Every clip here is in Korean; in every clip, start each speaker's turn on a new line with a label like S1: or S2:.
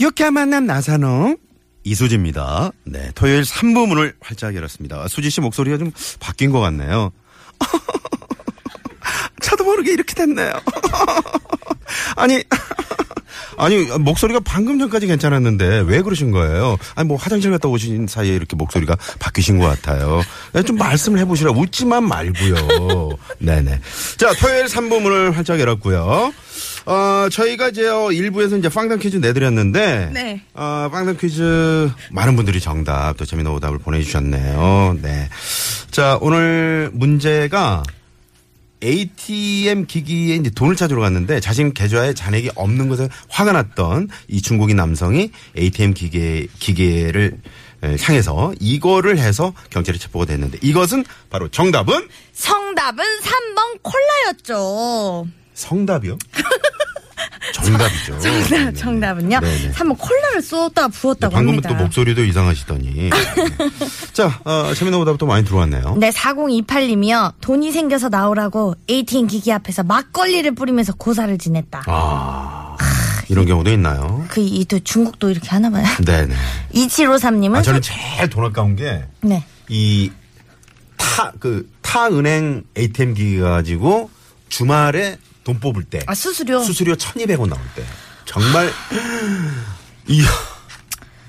S1: 유쾌한 만남 나사농 이수지입니다. 네, 토요일 3부 문을 활짝 열었습니다. 수지 씨 목소리가 좀 바뀐 것 같네요. 저도 모르게 이렇게 됐네요. 아니, 아니 목소리가 방금 전까지 괜찮았는데 왜 그러신 거예요? 아니 뭐 화장실 갔다 오신 사이에 이렇게 목소리가 바뀌신 것 같아요. 네, 좀 말씀을 해보시라 웃지만 말고요. 네네. 자 토요일 3부 문을 활짝 열었고요. 어, 저희가 이제 어, 1부에서 이제 빵당 퀴즈 내드렸는데
S2: 네.
S1: 아, 빵당 퀴즈 많은 분들이 정답 또 재미난 오답을 보내주셨네요. 네. 자 오늘 문제가 ATM 기기에 이제 돈을 찾으러 갔는데 자신 계좌에 잔액이 없는 것에 화가 났던 이 중국인 남성이 ATM 기계 기계를 에, 향해서 이거를 해서 경찰에 체포가 됐는데 이것은 바로 정답은
S2: 정답은 3번 콜라였죠.
S1: 성답이요. 정답이죠. 네,
S2: 정답, 정답은요?
S1: 네네.
S2: 3번 콜라를 쏟다 부었다고
S1: 방금은
S2: 합니다.
S1: 또뭐 목소리도 이상하시더니. 네. 자, 어, 재미난 오답도 많이 들어왔네요.
S2: 네, 4028님이요. 돈이 생겨서 나오라고 ATM 기기 앞에서 막걸리를 뿌리면서 고사를 지냈다.
S1: 아, 이런 경우도 있나요?
S2: 그, 이, 또 중국도 이렇게 하나봐요.
S1: 네네.
S2: 2753님은.
S1: 아, 저는 제일 돈 아까운 게
S2: 네.
S1: 이 타, 그, 타은행 ATM 기기 가지고 주말에 돈 뽑을 때.
S2: 아, 수수료?
S1: 수수료 1200원 나올 때. 정말, 이야,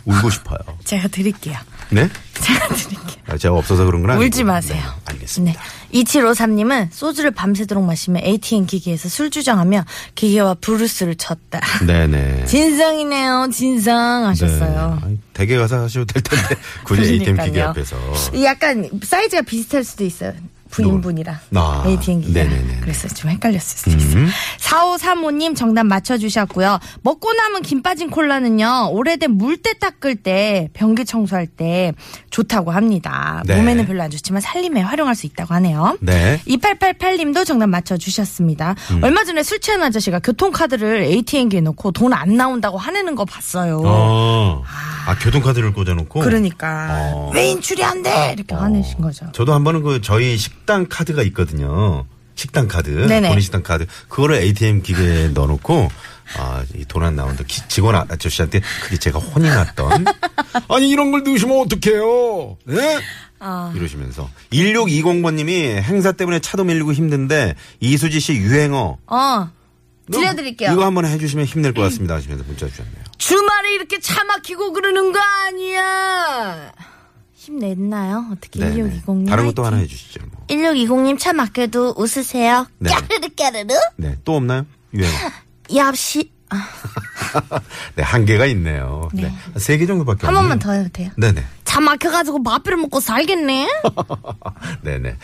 S1: 울고 싶어요.
S2: 제가 드릴게요.
S1: 네?
S2: 제가 드릴게요.
S1: 아, 제가 없어서 그런 건 아니고.
S2: 울지 마세요.
S1: 네, 알겠습니다.
S2: 네. 2753님은 소주를 밤새도록 마시며 ATM 기기에서 술 주정하며 기계와 브루스를 쳤다.
S1: 네네. 네.
S2: 진상이네요, 진상 하셨어요.
S1: 아니, 댁에 가서 하셔도 될 텐데, 굳이 ATM 기계
S2: 그러니까요.
S1: 앞에서.
S2: 이 약간 사이즈가 비슷할 수도 있어요. 부인분이랑
S1: 아,
S2: ATM 기계.
S1: 네네네. 음.
S2: 그래서 좀 헷갈렸을 수도 있어요. 4535님 정답 맞춰주셨고요. 먹고 남은 김 빠진 콜라는요. 오래된 물때 닦을 때, 변기 청소할 때 좋다고 합니다.
S1: 네.
S2: 몸에는 별로 안 좋지만 살림에 활용할 수 있다고 하네요.
S1: 네. 음.
S2: 2888님도 정답 맞춰주셨습니다. 얼마 전에 술 취한 아저씨가 교통카드를 ATM기에 넣고 돈 안 나온다고 화내는 거 봤어요.
S1: 어. 아, 교통카드를 꽂아놓고.
S2: 그러니까
S1: 어.
S2: 왜 인출이 안 돼? 이렇게 화내신 거죠.
S1: 저도 한 번은 그 저희 식당 카드가 있거든요. 식당 카드,
S2: 네네.
S1: 본인 식당 카드, 그거를 ATM 기계에 넣어놓고 아돈안 나온다. 기- 직원 아- 아저씨한테 그게 제가 혼이 났던. 아니 이런 걸 넣으시면 어떡해요? 예?
S2: 아.
S1: 이러시면서 1620번님이 행사 때문에 차도 밀리고 힘든데 이수지 씨 유행어
S2: 어 들려드릴게요.
S1: 이거 한번 해주시면 힘낼 것 같습니다. 하시면서 문자 주셨네요.
S2: 주말에 이렇게 차 막히고 그러는 거 아니야? 힘냈나요? 어떻게
S1: 네네.
S2: 1620님?
S1: 다른 것도 하나 해주시죠. 뭐.
S2: 1620님 차 막혀도 웃으세요.
S1: 네.
S2: 까르르 까르르.
S1: 네, 또 없나요? 유행어.
S2: 얍시.
S1: 네, 한계가 있네요. 네, 세 개 정도밖에
S2: 한 번만
S1: 없네요.
S2: 더 해도 돼요.
S1: 네네.
S2: 차 막혀가지고 마피를 먹고 살겠네.
S1: 어. 네네.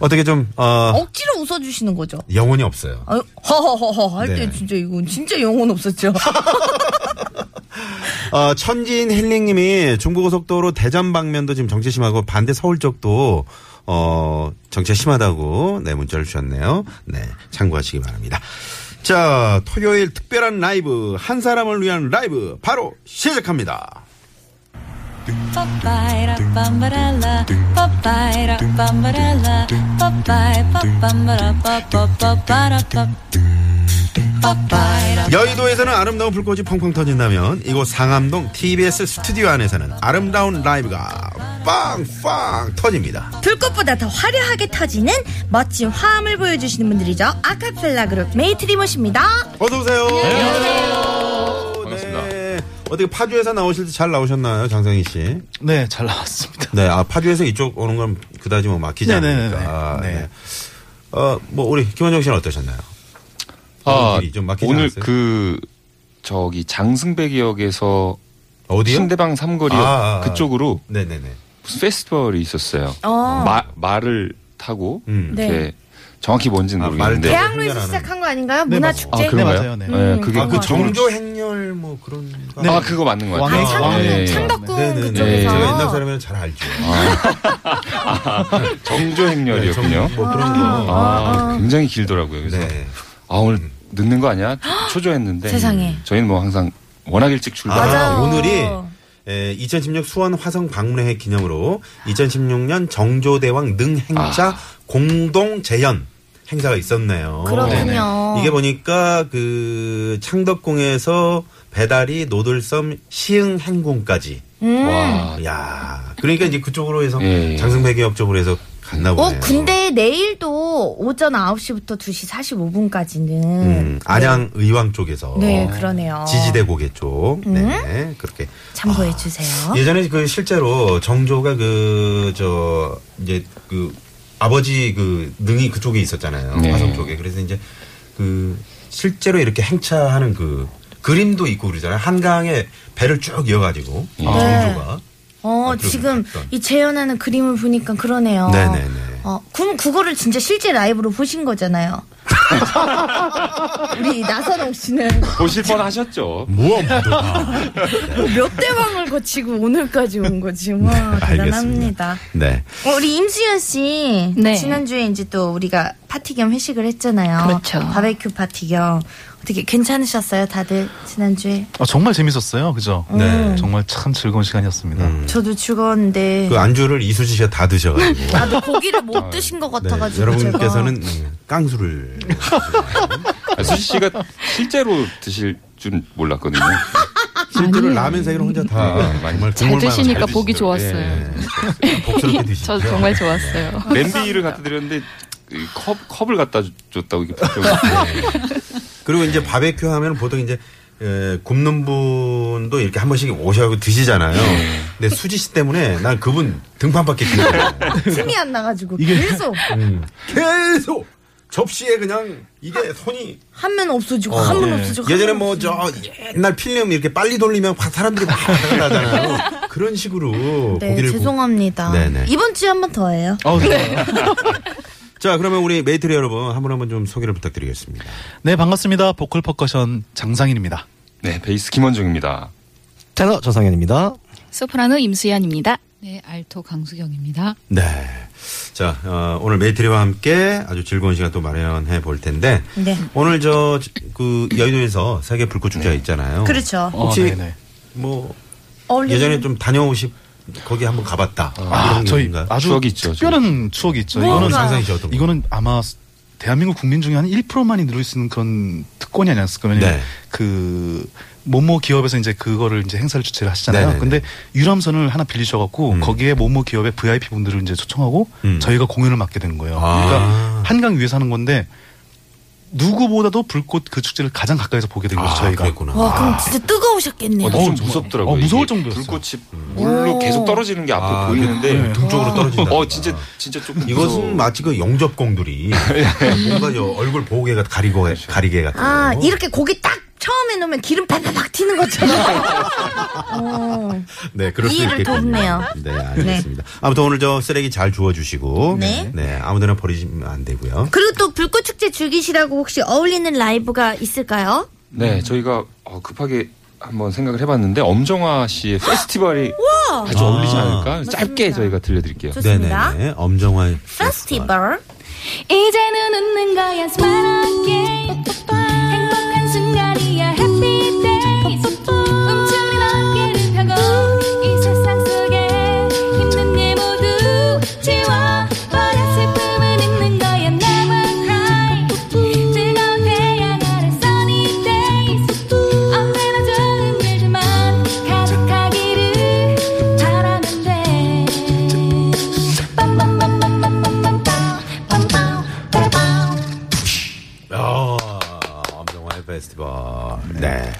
S1: 어떻게 좀, 어,
S2: 억지로 웃어주시는 거죠.
S1: 영혼이 없어요.
S2: 아유, 허허허허 할 때
S1: 네.
S2: 진짜 이건 진짜 영혼 없었죠.
S1: 어, 천진 힐링님이 중부고속도로 대전 방면도 지금 정체 심하고 반대 서울 쪽도 어, 정체 심하다고 네, 문자를 주셨네요. 네, 참고하시기 바랍니다. 자, 토요일 특별한 라이브, 한 사람을 위한 라이브, 바로 시작합니다.
S3: Papaya, bambarella, papaya, bambarella, papaya, bambara, papara, papaya.
S1: 여의도에서는 아름다운 불꽃이 펑펑 터진다면 이곳 상암동 TBS 스튜디오 안에서는 아름다운 라이브가 빵빵 터집니다.
S2: 불꽃보다 더 화려하게 터지는 멋진 화음을 보여주시는 분들이죠. 아카펠라 그룹 메이트리못입니다.
S1: 어서 오세요.
S4: 반갑습니다.
S1: 네. 어떻게 파주에서 나오실 때 잘 나오셨나요, 장성희 씨?
S4: 네, 잘 나왔습니다.
S1: 네, 아 파주에서 이쪽 오는 건 그다지 뭐 막히지
S4: 네네네네.
S1: 않으니까.
S4: 네.
S1: 네. 어, 뭐 우리 김원정 씨는 어떠셨나요?
S4: 아,
S1: 길이 좀 막히지
S4: 오늘
S1: 않았어요?
S4: 그 저기 장승배기역에서
S1: 어디요?
S4: 신대방 삼거리
S1: 아, 아, 아.
S4: 그쪽으로
S1: 네네네.
S4: 무슨 페스티벌이 있었어요. 마, 말을 타고
S1: 음.
S4: 이렇게 정확히 뭔지는
S1: 아, 말을 타고.
S2: 네.
S4: 모르겠는데
S2: 대학로에서
S1: 훈련하는. 네,
S2: 시작한 거 아닌가요? 문화축제? 음.
S4: 그런가요?
S5: 맞아요. 네.
S4: 예, 그게
S1: 아, 그
S4: 그쪽으로
S1: 정조 썰뭐 그런. 거.
S4: 아 그거 맞는 것
S2: 아,
S4: 같아요.
S2: 창덕궁,
S1: 왕-
S4: 예, 예.
S2: 창덕궁
S1: 네네네.
S2: 그쪽에서.
S1: 제가 옛날 사람이면 잘 알죠.
S4: 정조 행렬이었군요.
S1: 정- 뭐 그런
S4: 아,
S1: 거.
S4: 굉장히 길더라고요. 그래서
S1: 네.
S4: 아 오늘 늦는 거 아니야? 초조했는데.
S2: 세상에.
S4: 저희는 뭐 항상 워낙 일찍
S1: 아,
S4: 출발.
S2: 맞아요.
S1: 오늘이 2016 수원 화성 박물회 기념으로 2016년 정조대왕 능행자 공동 재현 행사가 있었네요.
S2: 그렇군요.
S1: 이게 보니까 그 창덕궁에서 배달이 노들섬 시흥행궁까지.
S2: 음.
S4: 와.
S1: 야, 그러니까 이제 그쪽으로 해서
S4: 예, 예.
S1: 장승배 기역 쪽으로 해서 갔나 보네요.
S2: 어, 근데 내일도 오전 9시부터 2시 45분까지는.
S1: 음, 안양 의왕 쪽에서
S2: 네, 음? 그러네요.
S1: 지지대 고개 쪽. 네, 그렇게
S2: 참고해 주세요.
S1: 예전에 그 실제로 정조가 그 저 이제 그 아버지 그 능이 그쪽에 있었잖아요.
S4: 네.
S1: 화성 쪽에. 그래서 이제 그 실제로 이렇게 행차하는 그 그림도 있고 그러잖아요. 한강에 배를 쭉 이어가지고
S2: 네.
S1: 정조가
S2: 어,
S1: 아, 그리고
S2: 지금
S1: 어떤-
S2: 이 재현하는 그림을 보니까 그러네요.
S1: 네네네.
S2: 어, 그럼 그거를 진짜 실제 라이브로 보신 거잖아요. 우리 나선홍 씨는
S4: 보실 뻔 하셨죠.
S6: 뭐야, 뭐.
S1: 네.
S2: 몇 대왕을 거치고 오늘까지 온 거지. 와, 대단합니다.
S6: 네.
S2: 어, 우리 임수연 씨
S7: 네.
S2: 지난주에 이제 또 우리가 파티 겸 회식을 했잖아요.
S7: 그렇죠.
S2: 바베큐 파티 겸 어떻게 괜찮으셨어요, 다들 지난주에?
S5: 아, 정말 재밌었어요. 그죠?
S1: 네.
S5: 정말 참 즐거운 시간이었습니다.
S4: 음.
S2: 저도 즐거웠는데
S1: 그 안주를 이수지 씨가 다 드셔가지고.
S2: 나도 고기를 못 드신 것
S1: 네,
S2: 같아가지고
S1: 여러분께서는 음, 깡수를
S4: 아, 수지 씨가 실제로 드실 줄 몰랐거든요.
S1: 실제로
S7: 아니에요.
S1: 라면 세개를 혼자 다
S4: 음, 많이
S1: 정말
S7: 잘
S1: 국물만
S7: 드시니까
S1: 잘
S7: 보기
S1: 드시더라고요. 예, 예. 복스럽게 드시죠.
S7: 저 정말 좋았어요.
S4: 냄비를 갖다 드렸는데 이컵 컵을 갖다 줬다고 이게 표현했는데
S1: 그리고 이제 바베큐 하면 보통 이제 에, 굽는 분도 이렇게 한 번씩 오셔서 드시잖아요. 근데 수지 씨 때문에 난 그분 등판밖에 기억나요.
S2: 틈이 안 나가지고 계속
S1: 계속 접시에 그냥 이게 손이
S2: 한 면 없어지고 한 면
S1: 예.
S2: 없어지고 한
S1: 예전에
S2: 면
S1: 뭐 저 옛날 필름 이렇게 빨리 돌리면 막 사람들이 막 나잖아요. 그런 식으로
S2: 네,
S1: 고기를 구-
S2: 죄송합니다.
S1: 네네.
S2: 이번 주에 한 번 더 해요.
S7: 아,
S5: 어,
S7: 네.
S1: 자 그러면 우리 메이트리 여러분 한 분 한 분 좀 소개를 부탁드리겠습니다.
S5: 네, 반갑습니다. 보컬 퍼커션 장상인입니다.
S4: 네 베이스 김원중입니다.
S8: 테너 전상현입니다.
S7: 소프라노 임수연입니다.
S9: 네, 알토 강수경입니다.
S1: 네. 자, 어, 오늘 메이트리와 함께 아주 즐거운 시간 또 마련해 볼 텐데.
S2: 네.
S1: 오늘 저, 그, 여의도에서 세계 불꽃축제 가 있잖아요.
S2: 그렇죠.
S1: 혹시,
S5: 어, 네네.
S1: 뭐,
S2: 어울리는-
S1: 예전에 좀 다녀오시, 거기 한번 가봤다. 뭐
S5: 아,
S1: 이런
S5: 저희
S1: 건가요?
S5: 아주
S4: 추억이 있죠,
S5: 특별한 추억이 있죠.
S1: 뭔가.
S5: 이거는
S1: 상상이죠, 어떤 거.
S5: 이거는 아마 대한민국 국민 중에 한 1%만이 누릴 수 있는 그런 특권이 아니었을까? 왜냐면
S1: 네.
S5: 그 모모 기업에서 이제 그거를 이제 행사를 주최를 하시잖아요.
S1: 네네네.
S5: 근데 유람선을 하나 빌리셔 갖고 거기에 모모 기업의 VIP 분들을 이제 초청하고
S1: 음.
S5: 저희가 공연을 맡게 된 거예요.
S1: 아.
S5: 그러니까 한강 위에서 하는 건데 누구보다도 불꽃 그 축제를 가장 가까이서 보게 된 거죠,
S1: 아,
S5: 저희가.
S1: 그랬구나.
S2: 와, 그럼
S1: 아,
S2: 진짜 뜨거우셨겠네요.
S4: 어, 근데 좀
S5: 정말.
S4: 무섭더라고요.
S5: 어, 무서울
S4: 이게
S5: 정도였어요.
S4: 불꽃이 물로 계속 떨어지는 게 앞에
S1: 아,
S4: 보이는데
S1: 그 등 쪽으로 떨어진다.
S4: 어 진짜 진짜 조금
S1: 이것은 마치 그 영접공들이
S5: 예.
S1: 뭔가 저 얼굴 보호개가 가리고
S5: 그렇죠.
S1: 가리개 같은
S2: 아,
S1: 거.
S2: 이렇게 고기 딱 처음에 넣으면 기름 팍팍팍 튀는 것처럼. 어.
S1: 네, 그럴 수
S2: 이해를
S1: 있겠군요.
S2: 돕네요.
S1: 네, 알겠습니다. 아무튼 오늘 저 쓰레기 잘 주워 주시고
S2: 네.
S1: 아무데나 버리시면 안 되고요.
S2: 그리고 또 불꽃축제 즐기시라고 혹시 어울리는 라이브가 있을까요?
S4: 네 저희가 어, 급하게 한번 생각을 해봤는데 엄정화 씨의 페스티벌이 아주 어울리지 않을까 짧게 저희가 들려드릴게요.
S2: 좋습니다.
S1: 네네네. 엄정화 아,
S2: 페스티벌.
S10: 이제는 웃는 거야 smile again 행복한 순간이야 happy day 움츠린 어깨를 펴고 이 세상 속에 힘든 일 모두 지워버려 슬픔은 잊는 거야 never cry 즐거운 태양 아래 sunny days 언제나 좋은 일들만 가득하기를 바라면 돼
S1: 아, 엄정화의 페스티벌. 네.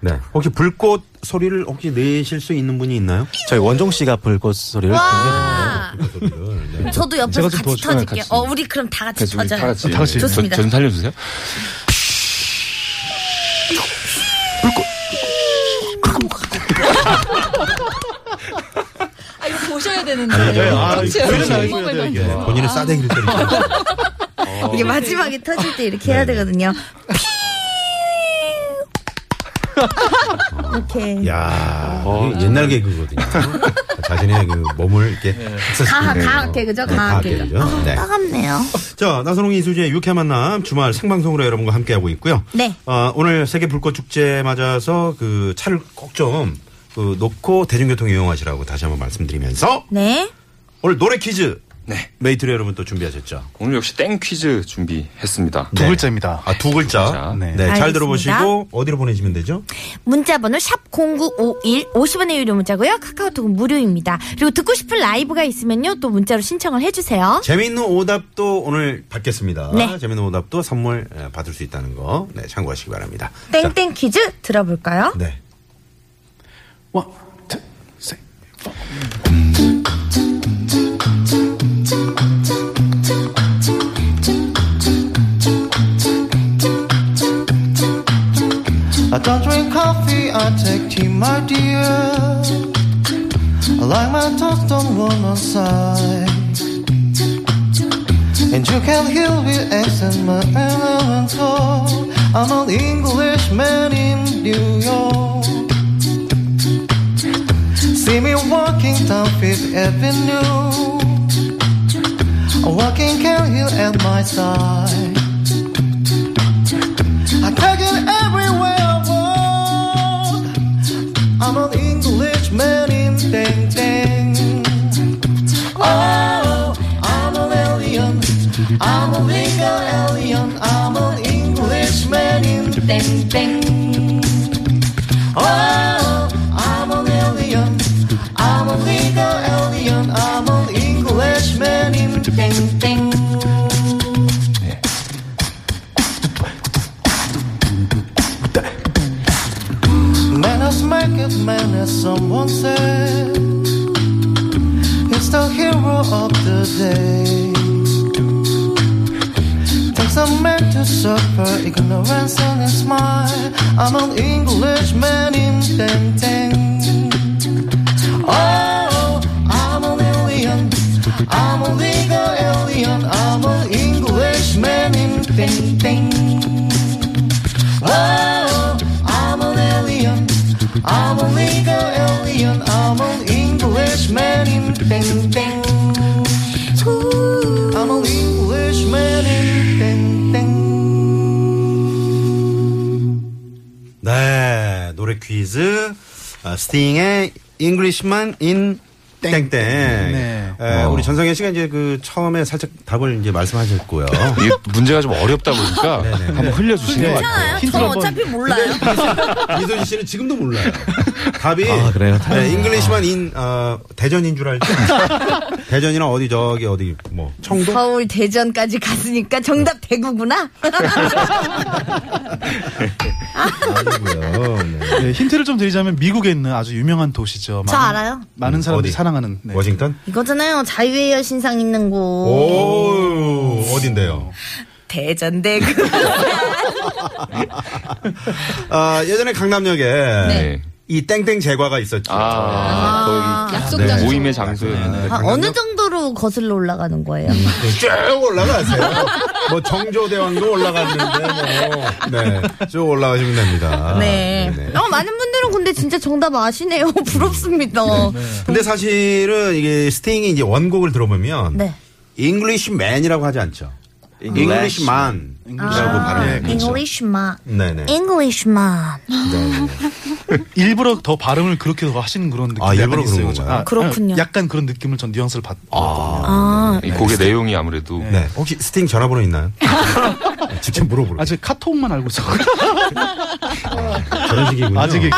S1: 네. 혹시 불꽃 소리를 혹시 내실 수 있는 분이 있나요?
S8: 저희 원종 씨가 불꽃
S1: 네,
S8: 소리를
S2: 와.
S1: 소리를. 네.
S2: 저도 옆에서
S4: 제가 좀
S2: 같이
S4: 도와주세요.
S2: 터질게요.
S4: 같이.
S2: 어, 우리 그럼 다 같이
S4: 그래서 우리
S2: 터져요.
S4: 다 같이
S5: 다 같이.
S4: 저-
S2: 좋습니다.
S4: 저, 좀 살려주세요.
S9: 아, 이거 보셔야
S8: 네,
S2: 네,
S9: 되는데.
S1: 아,
S2: 아,
S1: 네, 본인은 싸대기를 때리죠.
S4: 네.
S2: 이게 마지막에 터질 때 이렇게 해야 되거든요. 오케이.
S1: 야
S8: 어,
S1: 옛날 개그거든요. 자신의 그 몸을 이렇게
S2: 네. 가,
S1: 학사시키는
S2: 가, 네, 개그죠? 가, 개그죠? 아,
S1: 네.
S2: 따갑네요.
S1: 자, 나선홍이 이수지의 유쾌한 만남 주말 생방송으로 여러분과 함께하고 있고요.
S2: 네.
S1: 어, 오늘 세계 불꽃 축제 맞아서 그 차를 꼭좀 그 놓고 대중교통 이용하시라고 다시 한번 말씀드리면서
S2: 네.
S1: 오늘 노래 퀴즈 메이트리 여러분 또 준비하셨죠?
S4: 오늘 역시 땡 퀴즈 준비했습니다.
S1: 두 글자입니다. 아, 두 글자. 네. 잘
S2: 알겠습니다.
S1: 들어보시고 어디로 보내시면 되죠?
S2: 문자번호 샵0951 50원의 유료 문자고요. 카카오톡은 무료입니다. 그리고 듣고 싶은 라이브가 있으면요. 또 문자로 신청을 해주세요.
S1: 재미있는 오답도 오늘 받겠습니다.
S2: 네.
S1: 재미있는 오답도 선물 에, 받을 수 있다는 거 네, 참고하시기 바랍니다.
S2: 땡땡 퀴즈 들어볼까요?
S1: 네.
S11: I don't drink coffee, I take tea, my dear. I like my toast on one side. And you can hear with accent my elemental. I'm an Englishman in New York. See me walking down Fifth Avenue. A walking can you at my side. I take it everywhere I walk. I'm an Englishman in Dang Dang. Oh, I'm an alien. I'm a legal alien. I'm an Englishman in Dang Dang. Oh, I'm an alien. I'm a legal alien. I'm an Englishman in Dang Dang. Man is market man as someone said He's the hero of the day Takes a man to suffer ignorance and a smile I'm an Englishman in Denteng Oh, I'm an alien I'm a legal alien I'm an Englishman in Denteng Oh, I'm an alien. I'm a legal alien. I'm an Englishman in Bang Bang. I'm an Englishman in Bang Bang.
S1: 네, 노래 퀴즈. 아, 스팅의 Englishman in 땡땡.
S4: 네.
S1: 에,
S4: 어.
S1: 우리 전성현 씨가 이제 그 처음에 살짝 답을 이제 말씀하셨고요.
S4: 이게 문제가 좀 어렵다 보니까 한번
S5: 네.
S4: 흘려주시는 것 같아요.
S2: 저는 어차피 몰라요.
S1: 이소진 씨는 지금도 몰라요. 답이
S8: 아, 그래요?
S1: 네, Englishman in 어, 대전인 줄 알죠? 대전이나 어디 저기 어디 뭐 청도?
S2: 서울 대전까지 갔으니까 정답 대구구나.
S1: 아니고요.
S5: 네, 힌트를 좀 드리자면 미국에 있는 아주 유명한 도시죠.
S2: 저
S5: 많은-
S2: 알아요.
S5: 많은 사람들이 사랑하는 네.
S1: 워싱턴?
S2: 이거잖아요. 자유의 여신상 있는 곳.
S1: 오, 어딘데요?
S2: 대전 대구.
S1: 아, 예전에 강남역에
S4: 네.
S1: 이 땡땡 제과가 있었죠. 네,
S4: 아, 거기 약속 장소. 모임의 장소였는데.
S2: 아, 어느 정도로 거슬러 올라가는 거예요?
S1: 쭉 올라가세요. 뭐 정조대왕도 올라갔는데 뭐. 네. 쭉 올라가시면 됩니다.
S2: 네.
S1: 네네.
S2: 어, 많은 분들은 근데 진짜 정답 아시네요. 부럽습니다.
S1: 근데 사실은 이게 스팅이 이제 원곡을 들어보면
S2: 네.
S1: Englishman이라고 하지 않죠. Englishman이라고 발음해요.
S2: 아, 네, Englishman.
S1: 네네. 네.
S2: Englishman.
S5: 일부러 더 발음을 그렇게 더 하시는 그런 느낌이
S1: 아,
S5: 약간
S1: 일부러 그런
S5: 있어요.
S1: 건가요?
S2: 그렇군요.
S5: 약간 그런 느낌을 전 뉘앙스를 받.
S2: 아,
S4: 이 곡의 내용이 아무래도
S1: 네. 혹시 스팅 전화번호 있나요? 네, 직접 물어보러.
S5: 아직 카톡만 알고 있어.
S1: 저런 식이군요.
S5: 아직 이게-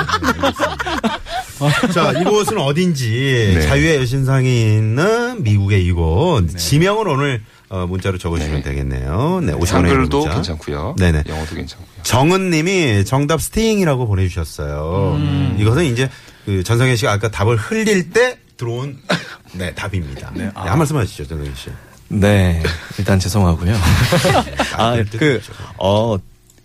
S1: 자, 이곳은 어딘지 자유의 여신상이 있는 미국의 이곳 지명을 오늘 어, 문자로 적어주시면 네. 되겠네요. 네, 50원의
S4: 한글도
S1: 문자.
S4: 괜찮고요.
S1: 네네.
S4: 영어도 괜찮고요.
S1: 정은님이 정답 스팅이라고 보내주셨어요. 이것은 이제 그 전성현 씨가 아까 답을 흘릴 때 들어온 네 답입니다. 네, 한 말씀 하시죠, 전성현 씨. 네,
S8: 네. 일단 죄송하고요. 아, 그, 어,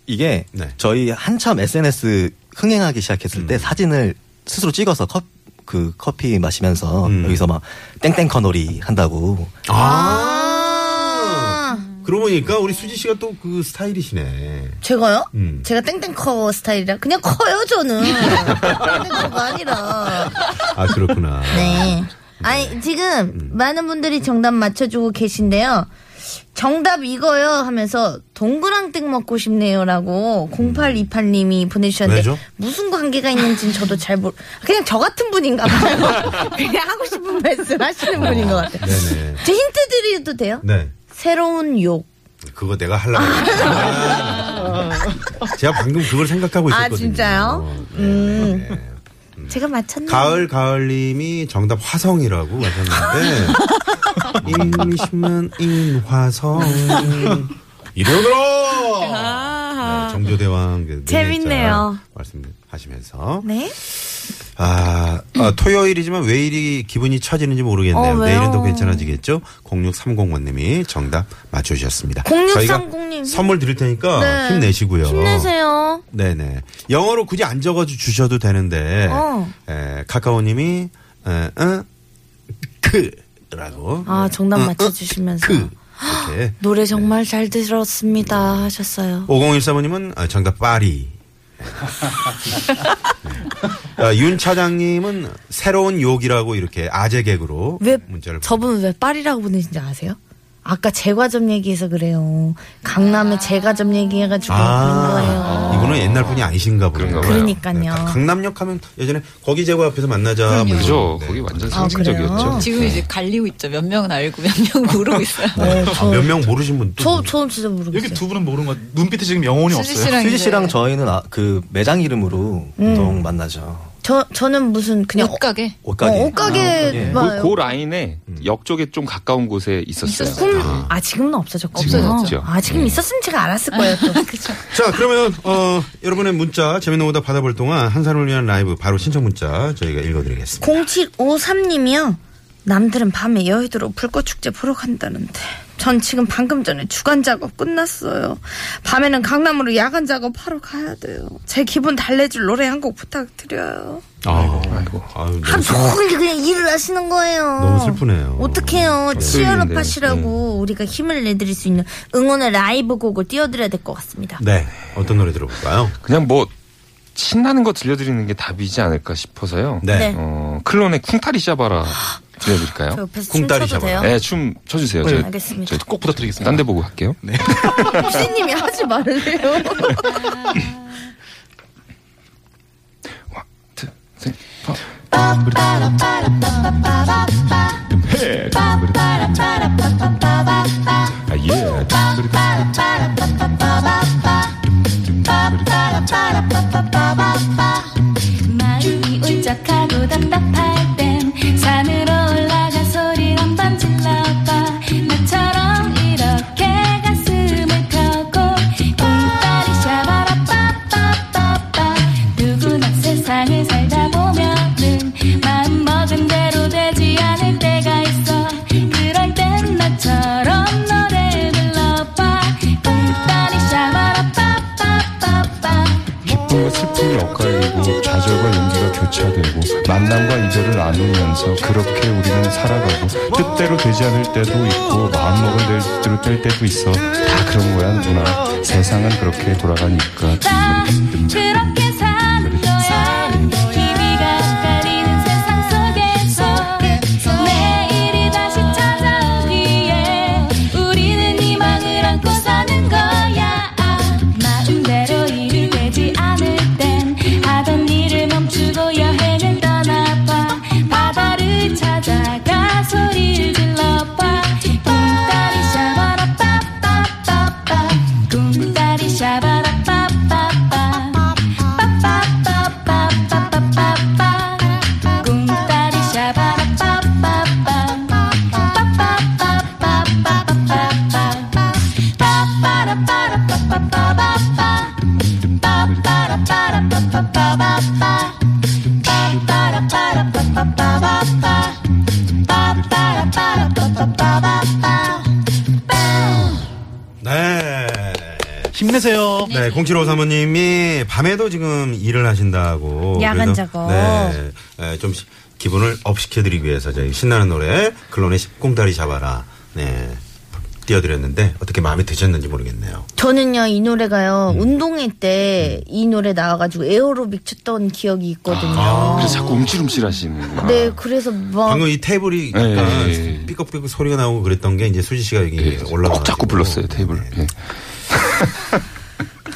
S8: 이게 저희 한참 SNS 흥행하기 시작했을 때 사진을 스스로 찍어서 컵, 그 커피 마시면서 여기서 막 땡땡 커놀이 한다고.
S1: 아. 그러고 보니까 우리 수지 씨가 또 그 스타일이시네.
S2: 제가요?
S1: 음.
S2: 제가 땡땡커 스타일이라 그냥 커요 저는 땡땡커가 아니라
S1: 아 그렇구나.
S2: 네. 아니 지금 많은 분들이 정답 맞춰주고 계신데요. 정답 이거요 하면서 동그랑땡 먹고 싶네요라고 0828님이 보내주셨는데
S12: 왜죠?
S2: 무슨 관계가 있는지는 저도 잘 모르. 그냥 저 같은 분인가 봐요. 그냥 하고 싶은 말씀 하시는 분인 것 같아요.
S1: 네네.
S2: 제 힌트 드려도 돼요?
S1: 네.
S2: 새로운 욕.
S1: 그거 내가 하려고. 했는데. 제가 방금 그걸 생각하고
S2: 아
S1: 있었거든요. 어, 네,
S2: 진짜요? 음. 제가 맞췄네요.
S1: 가을 가을님이 정답 화성이라고 하셨는데 임심은 임화성 이러더라 정조대왕 그
S2: 재밌네요.
S1: 말씀하시면서
S2: 네.
S1: 아, 아, 토요일이지만 왜 이리 기분이 처지는지
S2: 어,
S1: 모르겠네요.
S2: 왜요?
S1: 내일은 더 괜찮아지겠죠? 0630번님이 정답 맞춰주셨습니다.
S2: 0630
S1: 저희가
S2: 님.
S1: 선물 드릴 테니까
S2: 네.
S1: 힘내시고요.
S2: 힘내세요.
S1: 네네. 영어로 굳이 안 적어 주셔도 되는데
S2: 어.
S1: 에, 카카오님이 에, 응, 그라고
S2: 아 정답 맞춰주시면서
S1: 그. 이렇게
S2: 노래 정말 잘 들었습니다 하셨어요.
S1: 5014번님은 아, 정답 파리. 네. 아, 윤 차장님은 새로운 욕이라고 이렇게 아재 개그로
S2: 왜
S1: 문자를
S2: 저분은 왜 파리라고 보내신지 아세요? 아까 제과점 얘기해서 그래요. 강남에 제과점 얘기해가지고 그런 거예요.
S1: 아, 이분은 옛날 분이 아니신가 보네요.
S2: 그러니까요.
S1: 강남역 하면 예전에 거기 제과 앞에서 만나자. 뭐
S4: 그럼요.
S1: 죠
S4: 거기 완전
S9: 지금 이제 갈리고 있죠. 몇 명은 알고 몇 명은 모르고 있어요.
S1: 아, 몇 명 모르신 분
S2: 또. 네, 뭐. 저, 저는 진짜 모르겠어요.
S5: 여기 두 분은 모르는 것 같아요. 눈빛에 지금 영혼이
S9: 수지
S5: 없어요.
S9: 씨랑
S8: 수지
S9: 이제-
S8: 씨랑 저희는 아, 그 매장 이름으로
S2: 음.
S8: 보통 만나죠.
S2: 저 저는 무슨 그냥
S9: 옷가게
S8: 옷가게.
S2: 어, 옷가게
S4: 그,
S2: 봐요.
S4: 그 라인에 역 쪽에 좀 가까운 곳에 있었어요.
S2: 꿈- 아 지금은 없어졌고
S4: 지금은 없죠.
S2: 아 지금 있었으면 제가 알았을 거예요. 또.
S1: 자, 그러면 어, 여러분의 문자 재미있는 오답 받아볼 동안 한 사람을 위한 라이브 바로 신청 문자 저희가 읽어드리겠습니다.
S2: 0753님이요. 남들은 밤에 여의도로 불꽃축제 보러 간다는데 전 지금 방금 전에 주간 작업 끝났어요. 밤에는 강남으로 야간 작업하러 가야 돼요. 제 기분 달래줄 노래 한 곡 부탁드려요.
S4: 어.
S1: 아이고, 아이고. 아유,
S2: 하루 종일 그냥 일을 하시는 거예요.
S1: 너무 슬프네요. 네.
S2: 어떡해요. 치열업
S1: 수요일인데요.
S2: 하시라고 우리가 힘을 내드릴 수 있는 응원의 라이브 곡을 띄워드려야 될 것 같습니다.
S1: 네. 어떤 노래 들어볼까요?
S4: 그냥 뭐 신나는 거 들려드리는 게 답이지 않을까 싶어서요.
S2: 네. 네.
S4: 어, 클론의 쿵타리 샤바라 들려드릴까요?
S2: 저 옆에서 쿵 춤춰도 샤바라. 돼요?
S4: 네, 춤 춰주세요.
S2: 네,
S4: 저희-
S2: 알겠습니다.
S4: 저희 꼭 부탁드리겠습니다. 딴 데 보고 갈게요. 네.
S2: 선생님이 하지 말래요.
S4: 음,
S10: 마음이 울적하고 답답할 땐 산으로 올라가 소리 한번 질러봐 나처럼 이렇게 가슴을 펴고 쿵따리 샤바라 빠빠빠빠 누구나 세상을 살다 보면은 마음 먹은 대로 되지 않을 때가 있어 그럴 땐 나처럼 노래 불러봐 쿵따리 샤바라 빠빠빠빠
S13: 기쁨과 슬픔이 엇갈리고 좌절과 용기가 교차되고 만남과 이별을 나누면서 그렇게 우리는 살아가고 뜻대로 되지 않을 때도 있고 마음먹은 대로 될 때도 있어 다 그런 거야 누나 세상은 그렇게 돌아가니까
S10: 다 그렇게 사는 거야 희미가 엇갈리는 세상 속에서 내일이 다시 찾아오기에 우리는 희망을 안고 사는 거야 마음대로 일이 되지 않을 땐 하던 일을 멈추고 여행을 떠나봐 바다를 찾아가 소리를 질러봐 꿈따리 샤바라 빠빠빠빠 꿈따리 샤바라 빠빠빠 빠빠빠빠빠빠빠 꿈따리 샤바라 빠빠빠 빠빠빠빠빠빠빠 빠빠라빠라빠빠빠빠 빠빠라빠라빠빠빠빠 빠빠라빠라빠빠빠빠 빠빠라빠라빠빠빠빠
S1: 네. 힘내세요. 네, 0753 사모님이 밤에도 지금 일을 하신다고.
S2: 야간
S1: 그래서,
S2: 작업.
S1: 네, 에, 좀 시- 기분을 업시켜드리기 위해서 저희 신나는 노래 클론의 십공다리 잡아라. 네, 띄워드렸는데 어떻게 마음에 드셨는지 모르겠네요.
S2: 저는요 이 노래가요
S1: 음.
S2: 운동회 때 이 노래 나와가지고 에어로빅 쳤던 기억이 있거든요.
S4: 그래서 자꾸 움찔움찔하시는.
S2: 네 그래서 막
S1: 아. 방금 이 테이블이
S4: 예,
S1: 약간
S4: 예, 예.
S1: 삐걱삐걱 소리가 나오고 그랬던 게 이제 수지 씨가 여기 예, 올라가 꼭 잡고
S4: 네,
S1: 예.
S4: 불렀어요 테이블.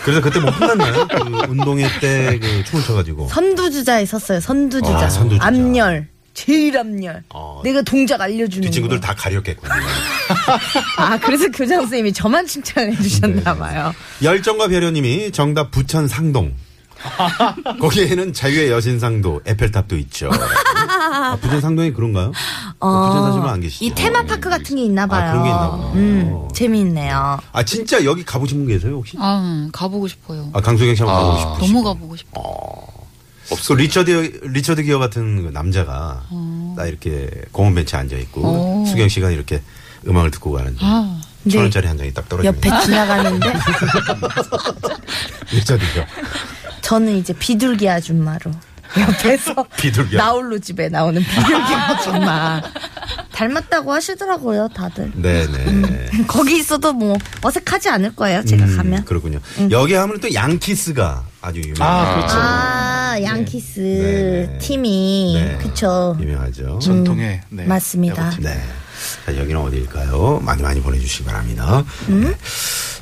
S1: 그래서 그때 뭐 혼났나요? 그 운동회 때 그 춤을 춰가지고
S2: 선두주자에 섰어요. 선두주자.
S1: 아, 선두주자.
S2: 압렬. 제일 압렬. 내가 동작 알려주는
S1: 뒷그 친구들
S2: 거.
S1: 다 가렸겠군요.
S2: 아 그래서 교장 선생님이 저만 칭찬해
S1: 네.
S2: 주셨나 봐요.
S1: 열정과 배려님이 정답 부천 상동. 거기에는 자유의 여신 상도, 에펠탑도 있죠. 아, 부천 상동이 그런가요? 어, 부천 사시면 안 계시죠?
S2: 이 테마파크 같은 게 있나 봐요.
S1: 아, 그런 게 있나 봐요.
S2: 음, 재미있네요.
S1: 아 진짜 여기 가보신 분 계세요 혹시?
S9: 아, 음, 가보고 싶어요.
S1: 아 강수경 씨 한번 가보고 싶어.
S9: 너무 가보고 싶어.
S1: 없어. 리처드 리처드 기어 같은 그 남자가 나 이렇게 공원 벤치에 앉아 있고
S9: 오.
S1: 수경 씨가 이렇게 음악을 듣고 가는데
S9: 아,
S1: 천 원짜리 한 장이 딱 떨어집니다.
S2: 옆에 지나가는데
S1: 리처드 기어.
S2: 저는 이제 비둘기 아줌마로 옆에서
S1: 비둘기.
S2: 나홀로 집에 나오는 비둘기 아줌마 닮았다고 하시더라고요 다들.
S1: 네네.
S2: 거기 있어도 뭐 어색하지 않을 거예요 제가
S1: 음,
S2: 가면.
S1: 그렇군요. 여기 하면 또 양키스가 아주 유명해요.
S5: 아, 그렇죠.
S2: 아, 양키스 팀이
S1: 네.
S2: 그쵸
S1: 유명하죠.
S5: 전통의, 네.
S2: 음. 맞습니다.
S1: 네. 자, 여기는 어디일까요? 많이 많이 보내주시기 바랍니다. 네.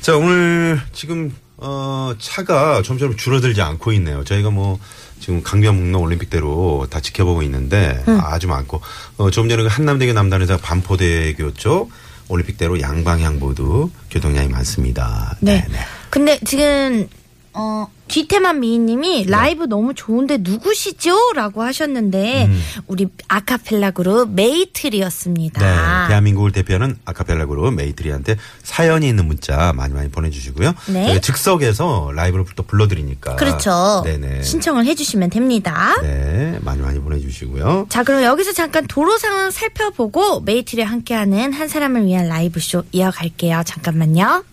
S1: 자, 오늘 지금, 어, 차가 점점 줄어들지 않고 있네요. 저희가 뭐, 지금 강변북로 올림픽대로 다 지켜보고 있는데 아주 많고, 어, 좀 전에 그 한남대교 남단에서 반포대교 쪽 올림픽대로 양방향 모두 교통량이 많습니다.
S2: 네. 근데 지금 어 뒤태만
S1: 네.
S2: 미인님이 라이브 너무 좋은데 누구시죠?라고 하셨는데
S1: 음.
S2: 우리 아카펠라 그룹 메이트리였습니다.
S1: 네, 대한민국을 대표하는 아카펠라 그룹 메이트리한테 사연이 있는 문자 많이 많이 보내주시고요.
S2: 네.
S1: 저희가 즉석에서 라이브로 또 불러드리니까.
S2: 그렇죠.
S1: 아, 네네.
S2: 신청을 해주시면 됩니다.
S1: 네, 많이 많이 보내주시고요.
S2: 자, 그럼 여기서 잠깐 도로 상황 살펴보고 메이트리와 함께하는 한 사람을 위한 라이브 쇼 이어갈게요. 잠깐만요.